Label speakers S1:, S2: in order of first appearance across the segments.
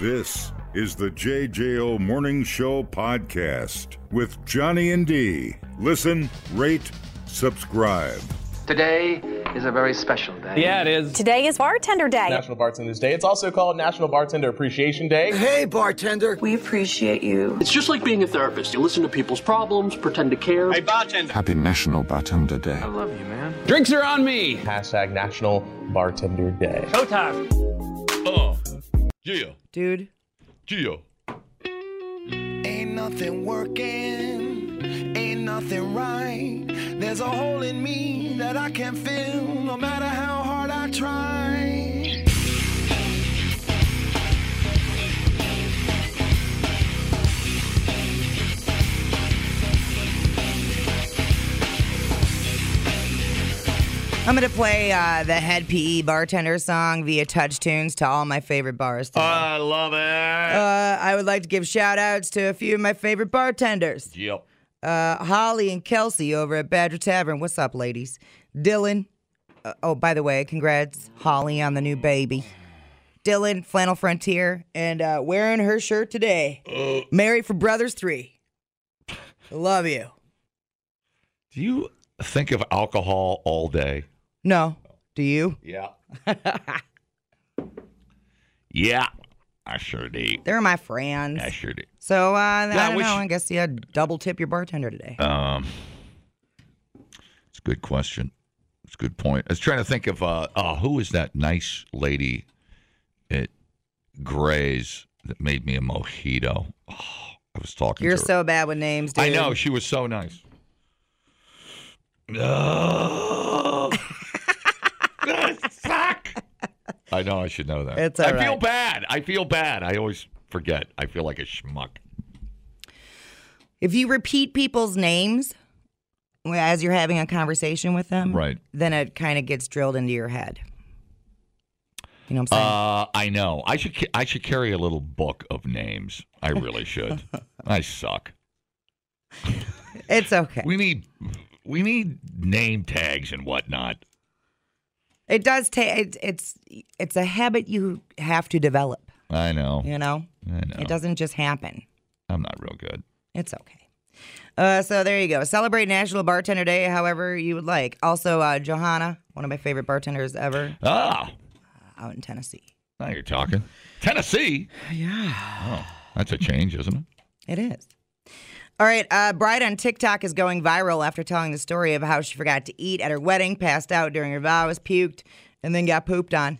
S1: This is the JJO Morning Show podcast with Johnny and D. Listen, rate, subscribe.
S2: Today is a very special day.
S3: Yeah, it is.
S4: Today is Bartender Day.
S5: National Bartender's Day. It's also called National Bartender Appreciation Day.
S6: Hey, bartender.
S7: We appreciate you.
S8: It's just like being a therapist. You listen to people's problems, pretend to care.
S5: bartender.
S9: Happy National Bartender Day.
S2: I love you, man.
S3: Drinks are on me.
S5: Hashtag National Bartender Day.
S3: Showtime.
S10: Uh, yeah,
S11: Dude,
S10: yeah.
S6: Ain't nothing working, ain't nothing right. There's a hole in me that I can't fill, no matter how hard I try.
S11: I'm gonna play uh, the head PE bartender song via touch tunes to all my favorite bars. today.
S10: I love it.
S11: Uh, I would like to give shout outs to a few of my favorite bartenders
S10: Yep.
S11: uh, Holly and Kelsey over at Badger Tavern. What's up, ladies? Dylan. Uh, oh, by the way, congrats, Holly, on the new baby. Dylan, Flannel Frontier, and uh, wearing her shirt today.
S10: Uh.
S11: Married for Brothers 3. Love you.
S10: Do you think of alcohol all day?
S11: No. Do you?
S10: Yeah. yeah, I sure do.
S11: They're my friends.
S10: I sure do.
S11: So uh, I don't
S10: we
S11: know.
S10: should-
S11: I guess you had double tip your bartender today.
S10: Um, it's a good question. It's a good point. I was trying to think of uh, oh, who is that nice lady at Gray's that made me a mojito? Oh, I was talking.
S11: You're
S10: to her.
S11: so bad with names, dude.
S10: I know she was so nice. No. Fuck. I know I should know that.
S11: It's all
S10: I feel
S11: right.
S10: bad. I feel bad. I always forget. I feel like a schmuck.
S11: If you repeat people's names as you're having a conversation with them,
S10: Right.
S11: then it kind of gets drilled into your head. You know what I'm saying?
S10: Uh, I know. I should. ca- I should carry a little book of names. I really should. I suck.
S11: it's okay.
S10: We need. We need name tags and whatnot.
S11: it does take. It, it's it's a habit you have to develop.
S10: I know.
S11: You know,
S10: I know.
S11: it doesn't just happen.
S10: I'm not real good.
S11: It's okay. Uh, so there you go. Celebrate National Bartender Day however you would like. Also, uh, Johanna, one of my favorite bartenders ever,
S10: Ah,
S11: out in Tennessee.
S10: now you're talking. Tennessee. Yeah. Oh, that's a change, isn't
S11: It
S10: it?
S11: is. All right, uh, bride on TikTok is going viral after telling the story of how she forgot to eat at her wedding, passed out during her vows, puked, and then got pooped on.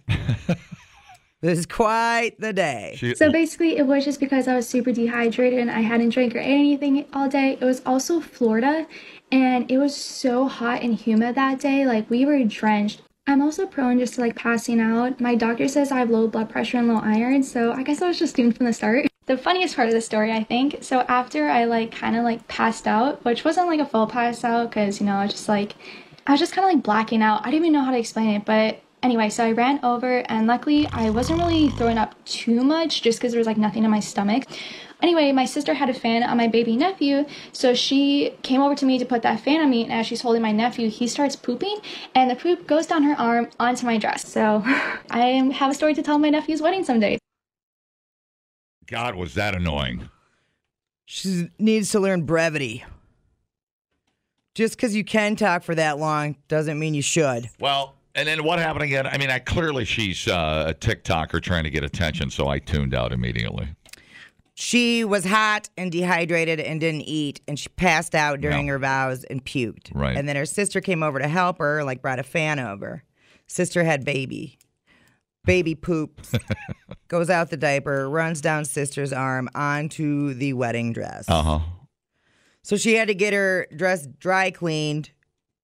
S11: this is quite the day.
S10: She-
S12: So basically, it was just because I was super dehydrated and I hadn't drank or ate anything all day. It was also Florida, and it was so hot and humid that day. Like, we were drenched. I'm also prone just to like passing out. My doctor says I have low blood pressure and low iron, so I guess I was just doomed from the start. The funniest part of the story, I think. So after I like kind of like passed out, which wasn't like a full pass out, because you know I was just like, I was just kind of like blacking out. I don't even know how to explain it, but Anyway, so I ran over, and luckily I wasn't really throwing up too much just because there was like nothing in my stomach. Anyway, my sister had a fan on my baby nephew, so she came over to me to put that fan on me, and as she's holding my nephew, he starts pooping, and the poop goes down her arm onto my dress. So I am- have a story to tell my nephew's wedding someday.
S10: God, was that annoying?
S11: She needs to learn brevity. Just because you can talk for that long doesn't mean you should.
S10: Well, and then what happened again? I mean, I clearly she's uh, a TikToker trying to get attention, so I tuned out immediately.
S11: She was hot and dehydrated and didn't eat, and she passed out during
S10: No.
S11: her vows and puked.
S10: Right.
S11: And then her sister came over to help her, like brought a fan over. Sister had baby. Baby poops, goes out the diaper, runs down sister's arm onto the wedding dress.
S10: Uh huh.
S11: So she had to get her dress dry cleaned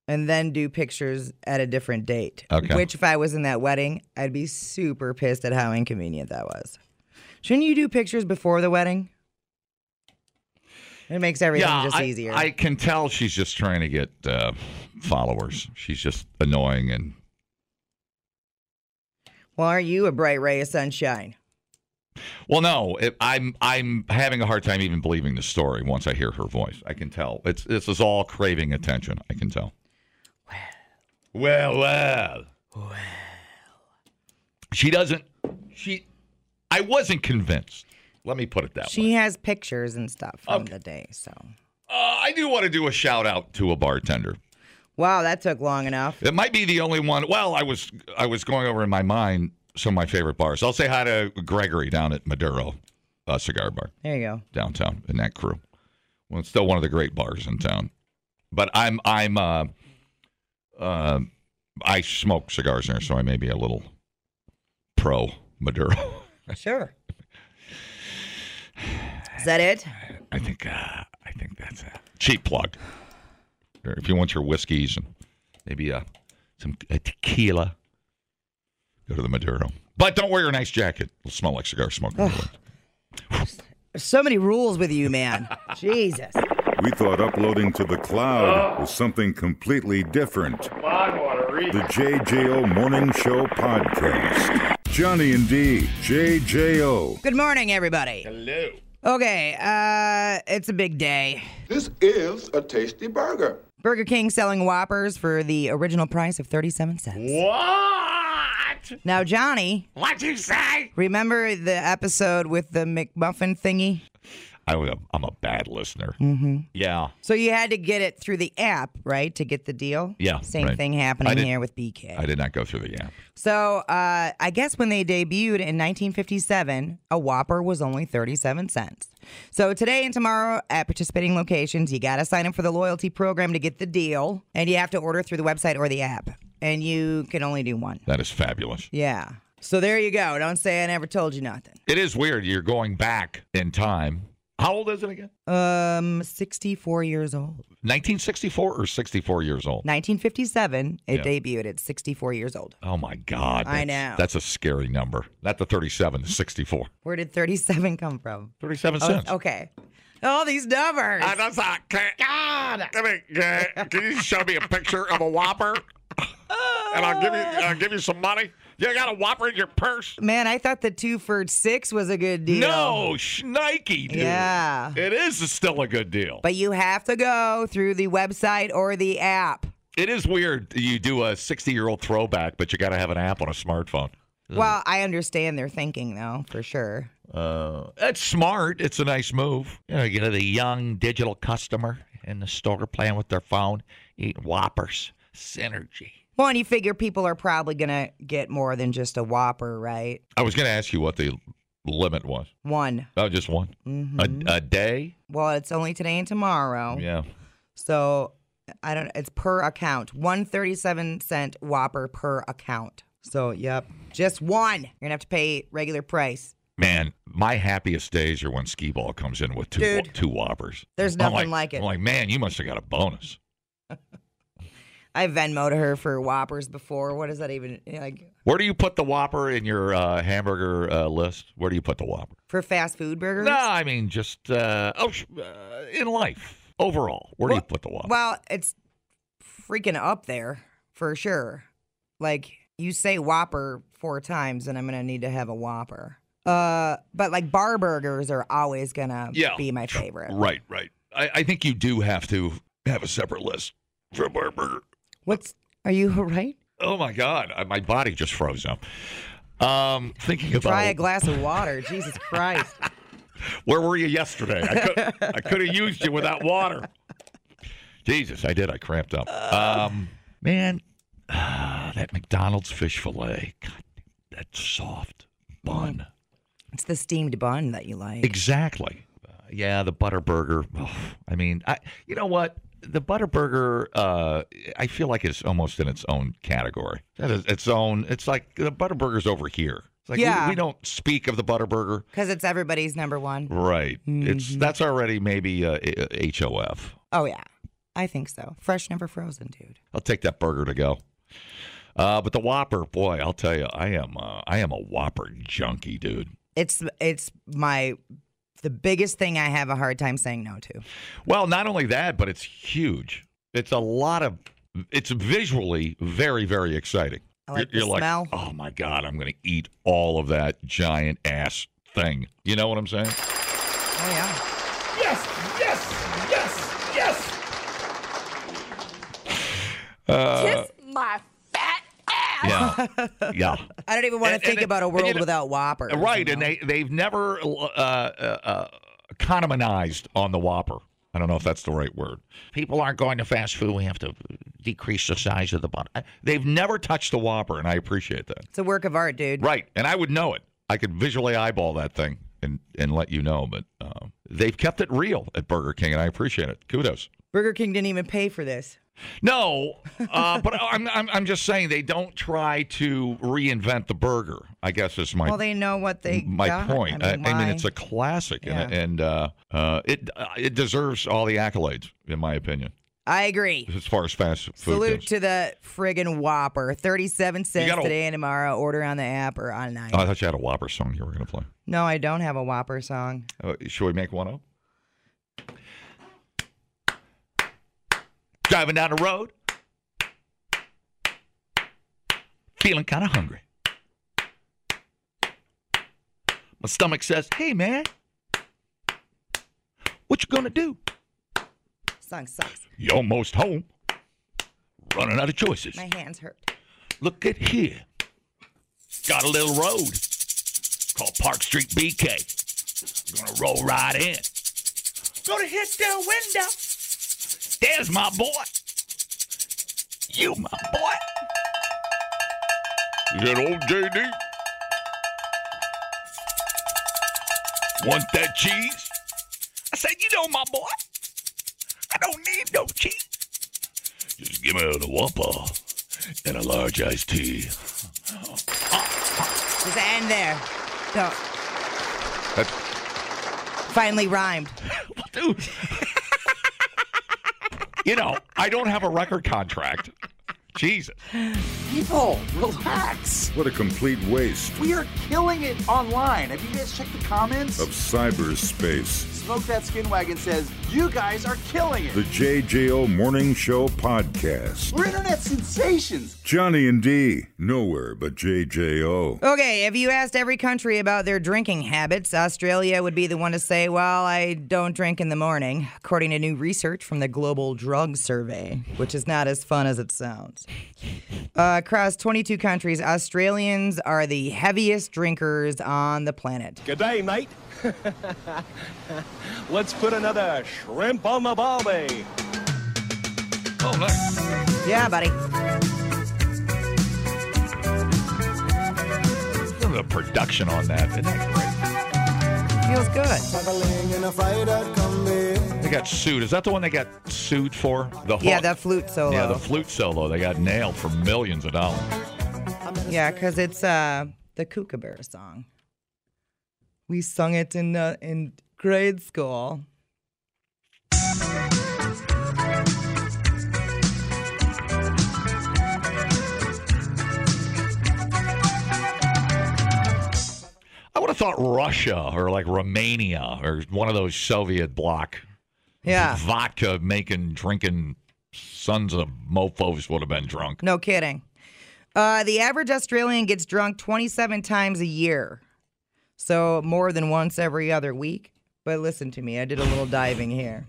S11: and then do pictures at a different date.
S10: Okay.
S11: Which, if I was in that wedding, I'd be super pissed at how inconvenient that was. Shouldn't you do pictures before the wedding? It makes everything
S10: Yeah,
S11: just
S10: I,
S11: easier.
S10: I can tell she's just trying to get uh, followers. She's just annoying, and
S11: well, aren't you a bright ray of sunshine?
S10: well, no, it, I'm I'm having a hard time even believing the story once I hear her voice. I can tell it's this is all craving attention. I can tell. Well, well, well. She doesn't. She I wasn't convinced. Let me put it that way.
S11: She has pictures and stuff from the day. So,
S10: Uh, I do want to do a shout out to a bartender.
S11: wow, that took long enough.
S10: It might be the only one. Well, I was I was going over in my mind some of my favorite bars. I'll say hi to Gregory down at Maduro uh, Cigar Bar
S11: There you go.
S10: downtown in that crew. Well, it's still one of the great bars in town. But I'm I'm uh, uh, I smoke cigars there, so I may be a little pro Maduro.
S11: Sure. Is that it?
S10: I think uh, I think that's a cheap plug. Or if you want your whiskeys and maybe uh, some a tequila, go to the Maduro. But don't wear your nice jacket; it'll smell like cigar smoke. when you leave.
S11: There's so many rules with you, man. Jesus.
S1: We thought uploading to the cloud was something completely different. The JJO Morning Show Podcast. Johnny and D, JJO.
S11: Good morning, everybody. Hello. Okay, uh, it's a big day.
S3: This is a tasty burger.
S11: Burger King selling Whoppers for the original price of 37 cents.
S10: What?
S11: Now, Johnny,
S10: What'd you say?
S11: remember the episode with the McMuffin thingy?
S10: I, am a bad listener. Mm-hmm. Yeah.
S11: So you had to get it through the app, right, to get the deal?
S10: Yeah,
S11: Same
S10: right.
S11: thing
S10: I
S11: happening
S10: did-
S11: here with BK.
S10: I did not go through the app.
S11: So uh, I guess when they debuted in 1957, a Whopper was only 37 cents. So today and tomorrow at participating locations, you got to sign up for the loyalty program to get the deal, and you have to order through the website or the app, and you can only do one.
S10: That is fabulous.
S11: Yeah. So there you go. Don't say I never told you nothing.
S10: It is weird. You're going back in time. How old is it again?
S11: Um, 64 years old.
S10: 1964 or 64 years old?
S11: 1957, it
S10: Yeah.
S11: debuted at 64 years old.
S10: Oh my God.
S11: I
S10: that's-
S11: know.
S10: That's a scary number. Not the 37, the 64.
S11: Where did 37 come from?
S10: 37
S11: Oh,
S10: cents.
S11: okay. All these numbers.
S10: Uh, that's not, can, God. Give me, uh, can you show me a picture of a Whopper? and I'll give you, I'll give you some money. You got a Whopper in your purse?
S11: Man, I thought the two for six was a good deal.
S10: No, shnikey, dude.
S11: Yeah.
S10: It is still a good deal.
S11: But you have to go through the website or the app.
S10: It is weird. You do a 60 year old throwback, but you got to have an app on a smartphone.
S11: Well, I understand their thinking, though, for sure.
S10: Uh, that's smart. It's a nice move. You know, you get a young digital customer in the store playing with their phone, eating Whoppers. Synergy.
S11: Well, and you figure people are probably going to get more than just a Whopper, right?
S10: I was going to ask you what the limit was.
S11: One.
S10: Oh, just one.
S11: Mm-hmm.
S10: A, a day?
S11: Well, it's only today and tomorrow.
S10: Yeah.
S11: So I don't it's per account. One thirty seven cent whopper per account. So yep. Just one. You're gonna have to pay regular price.
S10: Man, my happiest days are when skee ball comes in with two
S11: Dude.
S10: two whoppers.
S11: There's
S10: I'm
S11: nothing like it.
S10: I'm like, man, you must have got a bonus.
S11: I Venmoed her for whoppers before. What is that even like
S10: Where do you put the Whopper in your uh, hamburger uh, list? Where do you put the Whopper?
S11: for fast food burgers?
S10: No, I mean just uh, oh, sh- uh, in life overall. Where do you put the Whopper?
S11: Well, it's freaking up there for sure. Like you say whopper four times and I'm gonna need to have a whopper. Uh but like bar burgers are always gonna
S10: Yeah.
S11: be my favorite.
S10: right, right. I, I think you do have to have a separate list for Whopper.
S11: What's are you all right?
S10: Oh my God, I, my body just froze up. Um, thinking about
S11: Try a glass of water. Jesus Christ.
S10: Where were you yesterday? I could I could have used you without water. Jesus, I did. I cramped up. Um, man, ah, that McDonald's fish fillet, God, that soft bun.
S11: It's the steamed bun that you like.
S10: Exactly. Uh, yeah, the butter burger. Ugh, I mean, I you know what? The butter burger, uh, I feel like it's almost in its own category. That is its own. It's like the butter burger's over here. It's like we-
S11: Yeah.
S10: we, don't speak of the butter burger.
S11: Because it's everybody's number one.
S10: Right. It's that's already maybe uh, I- HOF.
S11: Oh, yeah. I think so. Fresh, never frozen, dude.
S10: I'll take that burger to go. Uh, but the Whopper, boy, I'll tell you, I am uh, I am a Whopper junkie, dude.
S11: It's it's my the biggest thing I have a hard time saying no to.
S10: Well, not only that, but it's huge. It's a lot of. It's visually very, very exciting.
S11: I like
S10: you're
S11: the
S10: you're
S11: smell.
S10: like, oh my god, I'm going to eat all of that giant ass thing. You know what I'm saying?
S11: Oh yeah.
S4: Kiss my fat ass.
S10: Yeah. Uh, Yeah.
S11: I don't even want
S10: And-
S11: to think
S10: and it-
S11: about a
S10: and
S11: world
S10: you know-
S11: without Whopper.
S10: Right. And they, they've never uh, uh, uh, economized on the Whopper. I don't know if that's the right word. People aren't going to fast food. We have to decrease the size of the bun. I- They've never touched the Whopper, and I appreciate that.
S11: It's a work of art, dude.
S10: Right, and I would know it. I could visually eyeball that thing and and let you know. But um, they've kept it real at Burger King, and I appreciate it. Kudos.
S11: Burger King didn't even pay for this.
S10: No, uh, but I'm, I'm I'm just saying they don't try to reinvent the burger. I guess is my
S11: Well, they know what they
S10: my
S11: got.
S10: point.
S11: I mean, why?
S10: it's a classic, and,
S11: Yeah.
S10: and uh, uh, it uh, it deserves all the accolades, in my opinion,
S11: I agree.
S10: as far as fast food
S11: Salute
S10: goes.
S11: to the friggin' Whopper. 37 cents
S10: gotta-
S11: today and tomorrow. Order on the app or online.
S10: oh, I thought you had a Whopper song you were going to play.
S11: no, I don't have a Whopper song.
S10: Uh, should we make one up? Driving down the road, feeling kind of hungry. My stomach says, "Hey, man, what you gonna do?
S11: Song sucks.
S10: You're almost home, running out of choices.
S11: My hands hurt.
S10: Look at here, got a little road called Park Street BK. gonna roll right in. Gonna hit their window. There's my boy. You my boy. Is that old JD? Want that cheese? I said, you know my boy. I don't need no cheese. Just give me the Whopper and a large iced tea.
S11: Just end there. Don't.
S10: That's-
S11: Finally rhymed.
S10: dude. you know, I don't have a record contract. Jesus.
S4: People, relax.
S1: What a complete waste
S4: We are killing it online. Have you guys checked the comments?
S1: of cyberspace.
S4: Smoke That Skin Wagon says, You guys are killing
S1: The
S4: it.
S1: JJO Morning Show Podcast.
S4: We're internet sensations.
S1: Johnny and D, nowhere but JJO.
S11: Okay, if you asked every country about their drinking habits, Australia would be the one to say, Well, I don't drink in the morning, according to new research from the Global Drug Survey, which is not as fun as it sounds. Uh, across 22 countries, Australians are the heaviest drinkers on the planet.
S5: Good day, mate. Let's put another shrimp on the barbie.
S10: Oh, nice.
S11: Yeah, buddy.
S10: The production on that. Isn't that great?
S11: Feels good.
S10: They got sued. Is that the one they got sued for? The hook?
S11: Yeah, that flute solo.
S10: Yeah, the flute solo. They got nailed for millions of dollars.
S11: Yeah, because it's uh, the Kookaburra song. We sung it in uh, in grade school.
S10: I would have thought Russia or like Romania or one of those Soviet bloc
S11: Yeah,
S10: vodka making, drinking sons of mofos would have been drunk.
S11: no kidding. Uh, the average Australian gets drunk 27 times a year, so more than once every other week. But listen to me, I did a little diving here.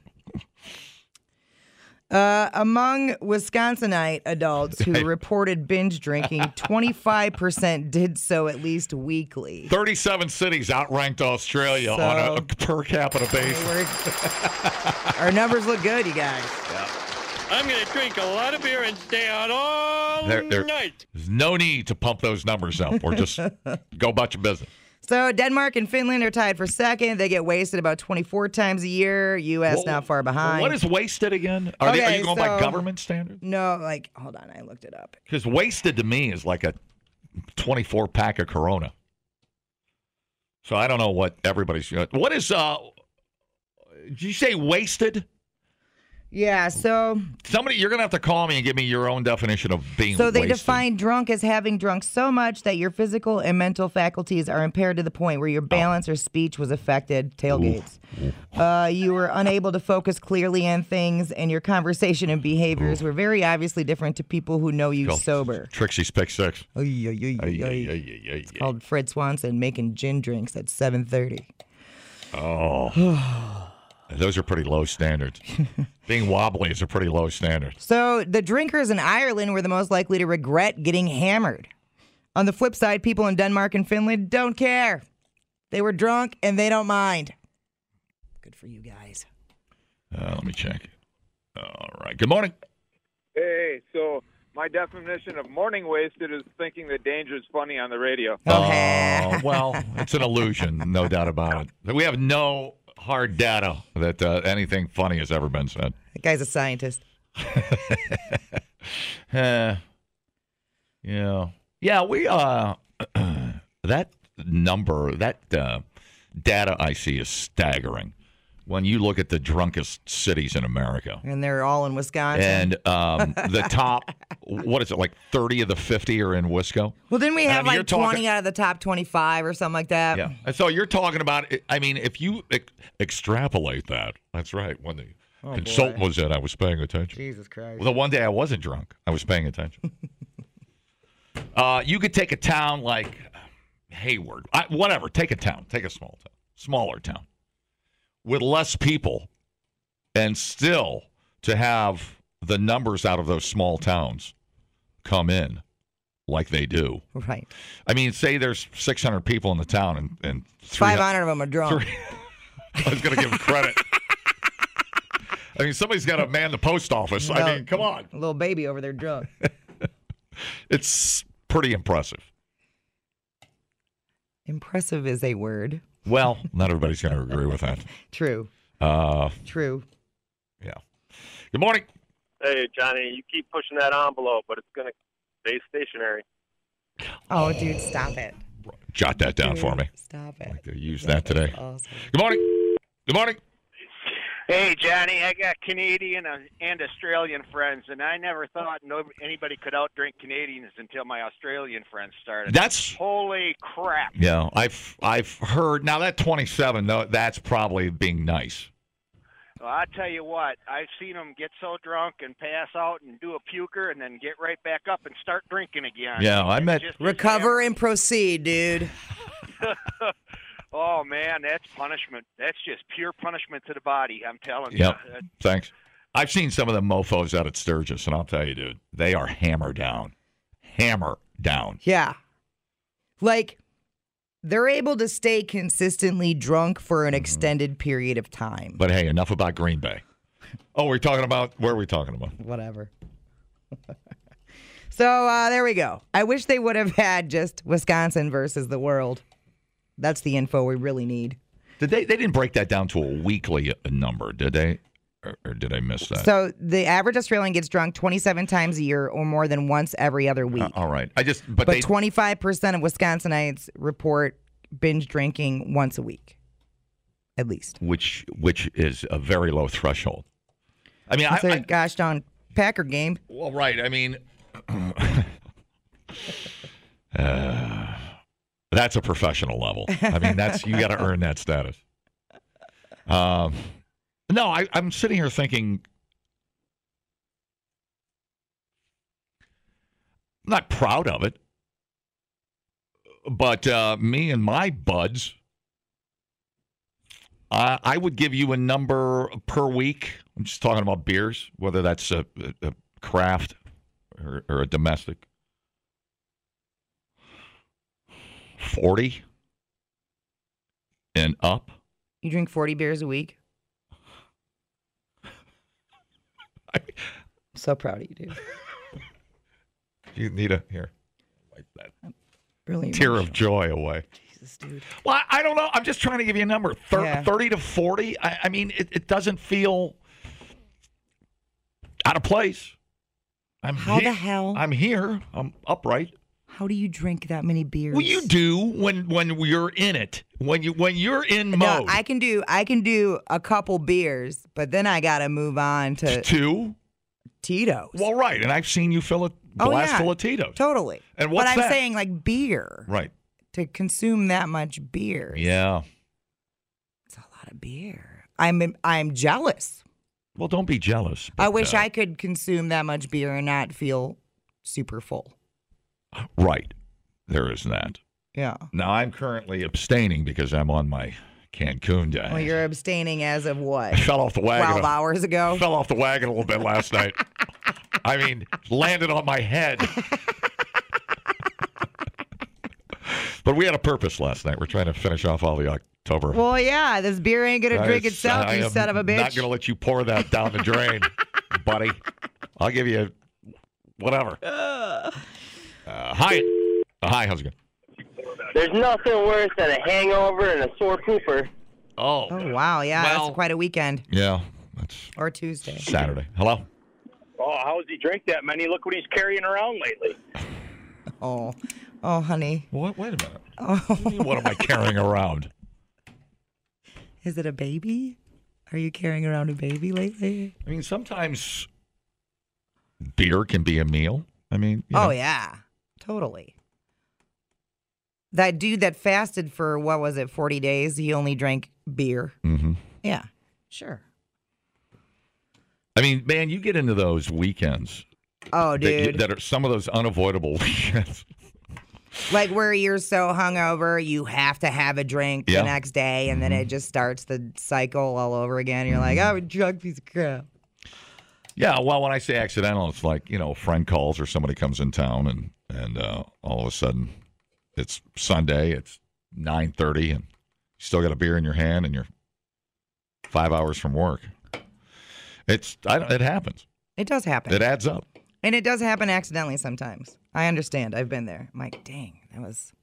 S11: Uh, among Wisconsinite adults who reported binge drinking, 25% did so at least weekly.
S10: 37 cities outranked Australia on a,
S11: So-
S10: a per capita basis.
S11: We're- our numbers look good, you guys.
S5: I'm gonna drink a lot of beer and stay out all
S10: There- there- There's no need to pump those numbers up or just go about your business.
S11: So Denmark and Finland are tied for second. They get wasted about 24 times a year. U.S.
S10: Well,
S11: not far behind.
S10: What is wasted again? Are, they, are
S11: Okay,
S10: you going by
S11: so-
S10: government standards?
S11: no, like, hold on, I looked it up.
S10: Because wasted to me is like a 24 pack of Corona. So I don't know what everybody's. What is. uh Did you say wasted?
S11: Yeah, so
S10: Somebody, you're going to have to call me and give me your own definition of being
S11: so they
S10: wasted.
S11: define drunk as having drunk so much that your physical and mental faculties are impaired to the point
S10: Oh,
S11: where your balance or speech was affected. Tailgates. Uh, you were unable to focus clearly on things, and your conversation and behaviors were very obviously different to people who know you
S10: Go.
S11: sober.
S10: Trixie's pick six.
S11: Ay, ay, ay, ay,
S10: Ay, ay,
S11: ay.
S10: ay, ay, ay, ay.
S11: called Fred Swanson making gin drinks at 7:30.
S10: Oh. Those are pretty low standards. Being wobbly is a pretty low standard.
S11: So the drinkers in Ireland were the most likely to regret getting hammered. On the flip side, people in Denmark and Finland don't care. They were drunk and they don't mind. Good for you guys.
S10: Uh, let me check. All right. Good morning.
S7: Hey, so my definition of morning wasted is thinking that danger is funny on the radio.
S10: Uh, well, it's an illusion, no doubt about it. We have no hard data that uh, anything funny has ever been said.
S11: That guy's a scientist.
S10: Uh, yeah, yeah. We uh, that number, that uh, data I see is staggering. When you look at the drunkest cities in America,
S11: And they're all in Wisconsin.
S10: and um, the top, what is it like? Thirty of the fifty are in Wisco.
S11: well, didn't we
S10: I
S11: have
S10: mean, you're
S11: like
S10: talking-
S11: 20 out of the top 25 or something like that?
S10: Yeah. And so you're talking about, I mean, if you ex- extrapolate that, that's right. When the consultant was in, I was paying attention.
S11: Oh, Jesus Christ.
S10: Well, the one day I wasn't drunk, I was paying attention. uh, you could take a town like Hayward, I, whatever, take a town, take a small town, smaller town with less people, and still to have the numbers out of those small towns come in like they do.
S11: Right.
S10: I mean, say there's 600 people in the town and, and 300
S11: 500 of them are drunk.
S10: I was going to give him credit. I mean, somebody's got to man the post office. I
S11: No.
S10: mean, come on.
S11: Little baby over there drunk.
S10: It's pretty impressive.
S11: Impressive is a word.
S10: Well, not everybody's going to agree with that.
S11: True.
S10: Uh,
S11: True.
S10: yeah. Good morning.
S9: Hey, Johnny, you keep pushing that envelope, but it's going to stay stationary.
S11: Oh, dude, stop it.
S10: Jot that down
S11: Dude,
S10: for me.
S11: Stop it.
S10: They Use that today.
S11: Awesome.
S10: Good morning. Good morning.
S13: Hey, Johnny, I got Canadian and Australian friends, and I never thought no, anybody could outdrink Canadians until my Australian friends started.
S10: That's-
S13: holy crap.
S10: Yeah, I've I've heard now that 27 though that's probably being nice.
S13: Well, I tell you what, I've seen them get so drunk and pass out and do a puker and then get right back up and start drinking again.
S10: Yeah, I
S13: It's
S10: met-
S13: just-
S11: Recover and proceed, dude.
S13: Oh man, that's punishment. That's just pure punishment to the body. I'm telling
S10: Yep.
S13: you. Uh,
S10: Thanks. I've seen some of the mofo's out at Sturgis and I'll tell you dude, they are hammer down. Hammer down.
S11: Yeah. Like, they're able to stay consistently drunk for
S10: Mm-hmm.
S11: an extended period of time.
S10: But hey, enough about Green Bay. Oh, we're talking about where are we talking about?
S11: Whatever. So uh, there we go. I wish they would have had just Wisconsin versus the world. That's the info we really need.
S10: Did they they didn't break that down to a weekly uh, number, did they? Or, or did I miss that?
S11: So the average Australian gets drunk 27 times a year or more than once every other week.
S10: Uh, all right. I just but,
S11: but
S10: they
S11: 25% of Wisconsinites report binge drinking once a week, at least.
S10: which which is a very low threshold. I mean, I,
S11: It's a
S10: I
S11: gosh darn Packer game.
S10: well, right. I mean, uh, that's a professional level. I mean, that's you got to earn that status. Um, no, I, I'm sitting here thinking. I'm not proud of it, but uh, me and my buds, uh, I would give you a number per week. I'm just talking about beers, whether that's a, a, a craft or, or a domestic. 40 and up.
S11: You drink 40 beers a week. I'm so proud of you, dude.
S10: You need a here. Wipe that
S11: Really.
S10: tear of joy away.
S11: Jesus, dude.
S10: Well, I- I don't know. I'm just trying to give you a number. Thir-
S11: Yeah.
S10: 30 to 40. I, I mean, it, it doesn't feel out of place. I'm
S11: How the
S10: he-
S11: hell-
S10: I'm here. I'm upright.
S11: How do you drink that many beers?
S10: Well, you do when when you're in it. When you when you're in
S11: No,
S10: mode.
S11: I can do I can do a couple beers, but then I gotta move on to
S10: Two.
S11: Tito's.
S10: Well, right. And I've seen you fill a
S11: Oh,
S10: blast
S11: yeah.
S10: full of Tito's.
S11: Totally.
S10: And what's
S11: but I'm
S10: that?
S11: saying like beer.
S10: Right.
S11: To consume that much beer.
S10: Yeah.
S11: It's a lot of beer. I'm I'm jealous.
S10: Well, don't be jealous.
S11: I
S10: but,
S11: wish
S10: uh,
S11: I could consume that much beer and not feel super full.
S10: Right. There is that.
S11: Yeah.
S10: Now I'm currently abstaining because I'm on my Cancun Day.
S11: Well, you're abstaining as of what?
S10: I fell off the wagon.
S11: 12 hours ago.
S10: Fell off the wagon a little bit last night. I mean, landed on my head. but we had a purpose last night. We're trying to finish off all the October.
S11: Well, yeah, this beer ain't going to drink
S10: I-
S11: itself,
S10: I
S11: you
S10: am
S11: son of a bitch.
S10: Not going to let you pour that down the drain, buddy. I'll give you whatever. Uh, hi, Uh, hi. How's it going?
S14: There's nothing worse than a hangover and a sore pooper.
S10: Oh.
S11: Oh, wow. Yeah,
S14: Well-
S11: that's quite a weekend.
S10: Yeah,
S11: Or Tuesday.
S10: Saturday. Hello.
S15: Oh, how does he drink that many? Look what he's carrying around lately.
S11: Oh, oh, honey.
S10: What? Wait a minute.
S11: Oh,
S10: What am I carrying around?
S11: is it a baby? Are you carrying around a baby lately?
S10: I mean, sometimes. Beer can be a meal. I mean, you
S11: Oh
S10: know.
S11: yeah, totally. That dude that fasted for what was it, forty days? He only drank beer.
S10: Mhm.
S11: Yeah, sure.
S10: I mean, man, you get into those weekends.
S11: Oh,
S10: that you-
S11: dude,
S10: that are some of those unavoidable weekends.
S11: like where you're so hungover, you have to have a drink
S10: Yeah. Mm-hmm.
S11: the next day, and then it just starts the cycle all over again. You're like, I'm a drunk piece of crap.
S10: Yeah, well, when I say accidental, it's like you know, a friend calls or somebody comes in town, and and uh, all of a sudden, it's Sunday, it's nine thirty, and you still got a beer in your hand, and you're five hours from work. It's I, don't- it happens.
S11: It does happen,
S10: It adds up.
S11: and it does happen accidentally sometimes. I understand. I've been there. I'm like, dang, that was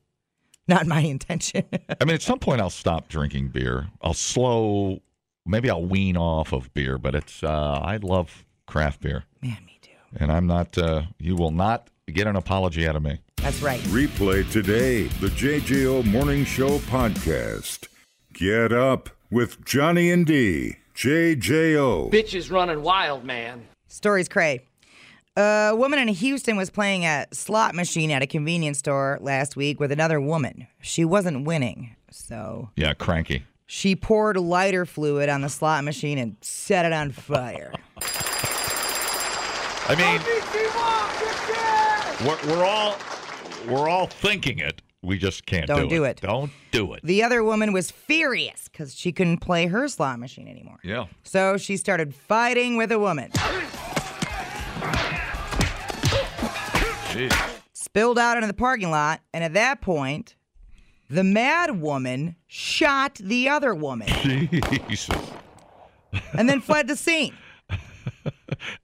S11: not my intention.
S10: I mean, at some point, I'll stop drinking beer. I'll slow, maybe I'll wean off of beer, but it's uh, I love craft beer.
S11: Man,
S10: me too. And I'm not. Uh, you will not get an apology out of me.
S11: That's right.
S1: Replay today the JJO Morning Show podcast. Get up with Johnny and D. JJO.
S8: Bitch is running wild, man.
S11: Stories cray. A woman in Houston was playing a slot machine at a convenience store last week with another woman. She wasn't winning, so
S10: Yeah, cranky.
S11: she poured lighter fluid on the slot machine and set it on fire.
S10: I mean, We're, we're all we're all thinking it. We just can't
S11: Don't
S10: do,
S11: do
S10: it. Don't do it.
S11: The other woman was furious because she couldn't play her slot machine anymore.
S10: Yeah.
S11: So she started fighting with a woman. spilled out into the parking lot, and at that point, the mad woman shot the other woman
S10: Jesus.
S11: and then fled the scene.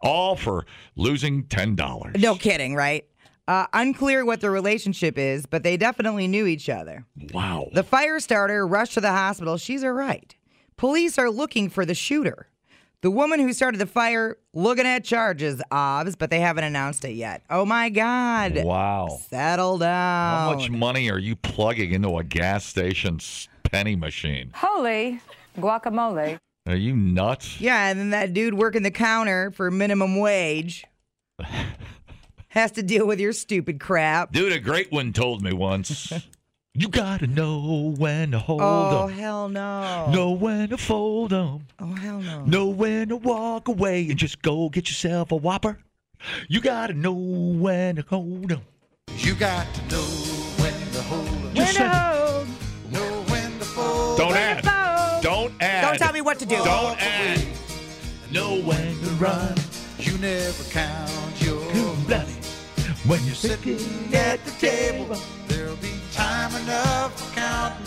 S10: All for losing ten dollars.
S11: No kidding, right? Uh, unclear what their relationship is, but they definitely knew each other.
S10: Wow.
S11: The fire starter rushed to the hospital. She's all right. Police are looking for the shooter. The woman who started the fire looking at charges, obs, but they haven't announced it yet. Oh my God.
S10: Wow.
S11: Settle down.
S10: How much money are you plugging into a gas station's penny machine?
S11: Holy guacamole.
S10: Are you nuts?
S11: Yeah, and then that dude working the counter for minimum wage has to deal with your stupid crap.
S10: Dude, a great one told me once. you gotta know when to hold 'em.
S11: oh, hell no.
S10: Know when to fold 'em.
S11: Oh, hell no.
S10: Know when to walk away and just go get yourself a whopper. You gotta know when to hold 'em. You got to know when to hold 'em. Just say- Don't add. Don't add.
S11: Don't tell me what to do.
S10: Don't add. Know when to run.
S6: You never count your
S10: money when you're sitting
S6: at the table. There'll be time enough for counting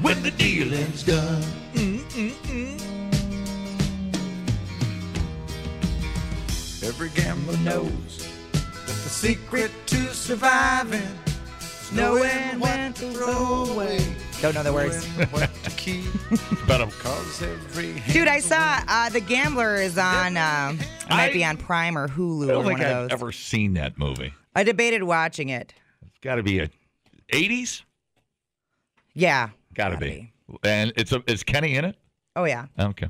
S10: when the dealing's done.
S6: Every gambler knows that the secret to surviving is
S11: Knowing
S6: knowing what to throw away.
S11: Don't know the words.
S6: knowing what to keep. Cause every
S11: Dude, I saw uh, The Gambler is on, um, it might be on Prime or
S10: I
S11: Hulu or
S10: don't think
S11: one of
S10: I've
S11: those.
S10: ever seen that movie.
S11: I debated watching it.
S10: It's got to be a 80s.
S11: Yeah.
S10: Got to be. And it's a, is Kenny in it?
S11: Oh, yeah.
S10: Okay.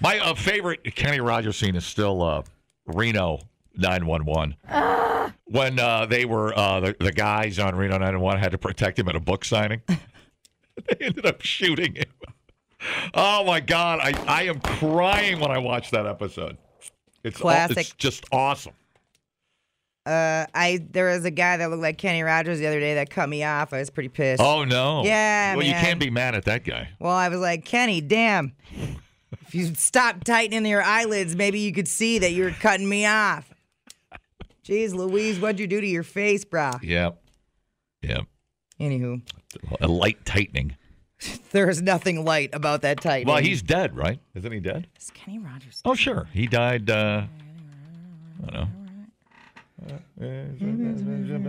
S10: My uh, favorite Kenny Rogers scene is still uh, Reno 911.
S11: Ah.
S10: When uh, they were, uh, the, the guys on Reno 911 had to protect him at a book signing. they ended up shooting him. Oh my God. I, I am crying when I watch that episode. It's, aw-
S11: Classic.
S10: it's just awesome.
S11: Uh, I there was a guy that looked like Kenny Rogers the other day that cut me off. I was pretty pissed.
S10: Oh no!
S11: Yeah.
S10: Well, you
S11: man.
S10: can't be mad at that guy.
S11: Well, I was like, Kenny, damn. If you stop tightening your eyelids, maybe you could see that you were cutting me off. Jeez Louise, what'd you do to your face, brah?
S10: Yep. Yep.
S11: Anywho,
S10: A light tightening.
S11: there is nothing light about that tightening.
S10: Well, he's dead, right? Isn't he dead?
S11: It's Kenny Rogers.
S10: Oh, sure. He died. Uh, I don't
S11: Mm-hmm.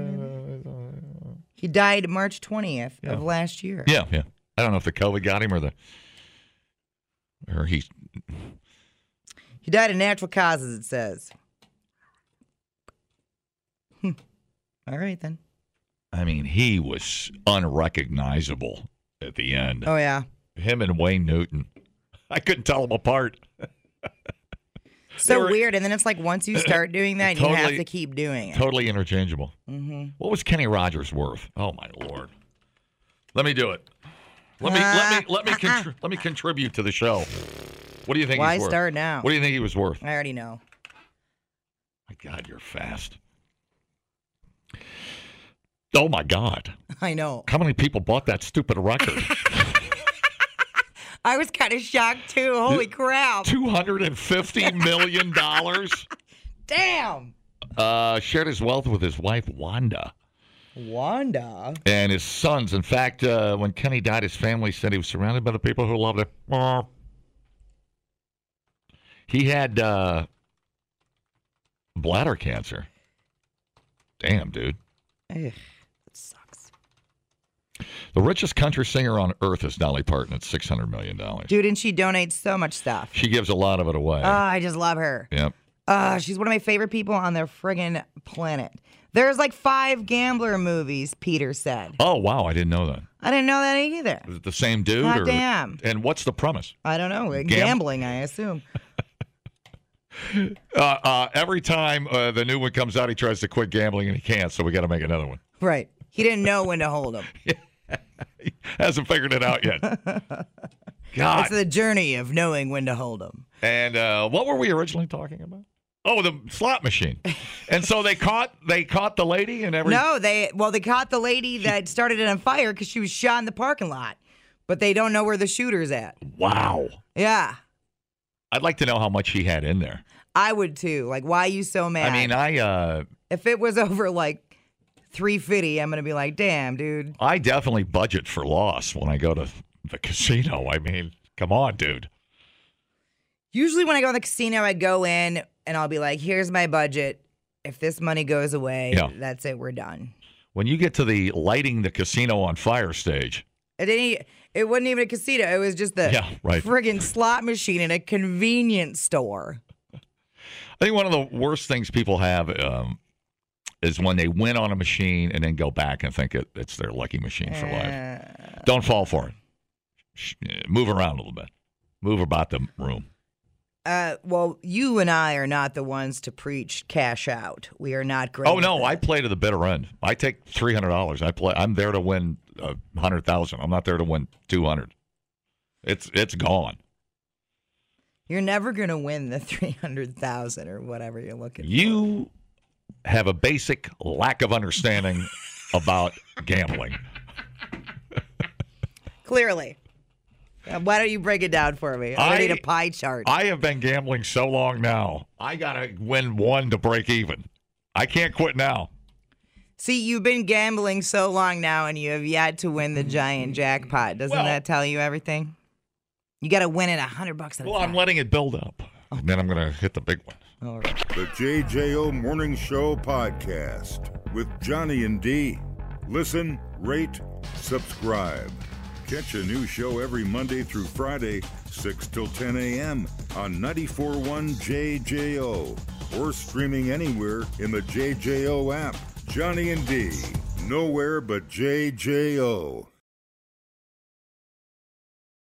S10: know.
S11: He died March 20th
S10: Yeah.
S11: of last year.
S10: Yeah, yeah. I don't know if the COVID got him or the or he.
S11: He died of natural causes, it says. Hmm. All right, then.
S10: I mean, he was unrecognizable at the end.
S11: Oh, yeah.
S10: Him and Wayne Newton. I couldn't tell them apart.
S11: So weird. And then it's like once you start doing that, you have
S10: Totally-
S11: to keep doing it.
S10: Totally interchangeable.
S11: Mm-hmm.
S10: What was Kenny Rogers worth? Oh my lord. Let me do it. Let me let me let me
S11: Uh,
S10: contri- let me contribute to the show. What do you think?
S11: Why
S10: he's worth?
S11: start now?
S10: What do you think he was worth?
S11: I already know.
S10: My God, you're fast. Oh my God!
S11: I know.
S10: How many people bought that stupid record?
S11: I was kind of shocked too. Holy crap.
S10: Two hundred and fifty million dollars.
S11: Damn.
S10: Uh, shared his wealth with his wife Wanda.
S11: Wanda.
S10: and his sons. In fact, uh, when Kenny died, his family said he was surrounded by the people who loved him. He had uh, bladder cancer. Damn, dude.
S11: Ugh.
S10: The richest country singer on earth is Dolly Parton at $600 million.
S11: Dude, and she donates so much stuff.
S10: She gives a lot of it away.
S11: Oh, I just love her.
S10: yep.
S11: Uh, she's one of my favorite people on the friggin' planet. There's like five gambler movies, Peter said.
S10: Oh, wow. I didn't know that.
S11: I didn't know that either.
S10: Is it the same dude?
S11: Hot
S10: or-
S11: damn.
S10: And what's the premise?
S11: I don't know. Like,
S10: Gam-
S11: Gambling, I assume.
S10: Uh, uh, every time uh, the new one comes out, he tries to quit gambling and he can't, so we got to make another one.
S11: Right. He didn't know when to hold them.
S10: Hasn't figured it out yet. God. Ah.
S11: It's the journey of knowing when to hold them.
S10: And uh, what were we originally talking about? Oh, the slot machine. and so they caught they caught the lady and everything.
S11: No, they well they caught the lady that started it on fire because she was shot in the parking lot, but they don't know where the shooter's at.
S10: Wow.
S11: Yeah,
S10: I'd like to know how much he had in there.
S11: I would too. Like, why you so mad?
S10: I mean, I uh,
S11: if it was over like three fifty, I'm gonna be like, damn, dude.
S10: I definitely budget for loss when I go to the casino. I mean, come on, dude.
S11: Usually when I go to the casino, I go in and I'll be like, here's my budget. If this money goes away,
S10: Yeah.
S11: that's it. We're done.
S10: When you get to the lighting the casino on fire stage,
S11: It didn't. e- It wasn't even a casino. It was just the
S10: Yeah, right.
S11: friggin' slot machine in a convenience store.
S10: I think one of the worst things people have um, is when they win on a machine and then go back and think it, it's their lucky machine for life. Don't fall for it. Sh- eh, Move around a little bit. Move about the room.
S11: Uh, well, you and I are not the ones to preach cash out. We are not great.
S10: oh
S11: at
S10: no,
S11: that.
S10: I play to the bitter end. I take three hundred dollars. I play. I'm there to win a hundred thousand. I'm not there to win two hundred. It's it's gone.
S11: You're never gonna win the three hundred thousand or whatever you're looking.
S10: You have a basic lack of understanding about gambling.
S11: Clearly, Uh, why don't you break it down for me? I,
S10: I-
S11: need a pie chart.
S10: I have been gambling so long now. I gotta win one to break even. I can't quit now.
S11: See, you've been gambling so long now, and you have yet to win the giant jackpot. Doesn't that tell you everything? You got to win it a hundred bucks at a
S10: Well, I'm
S11: time.
S10: letting it build up, and then I'm gonna hit the big one.
S1: The JJO Morning Show podcast with Johnny and D. Listen, rate, subscribe. Catch a new show every Monday through Friday, 6 till 10 a.m. on 94.1 JJO or streaming anywhere in the JJO app. Johnny and D. Nowhere but JJO.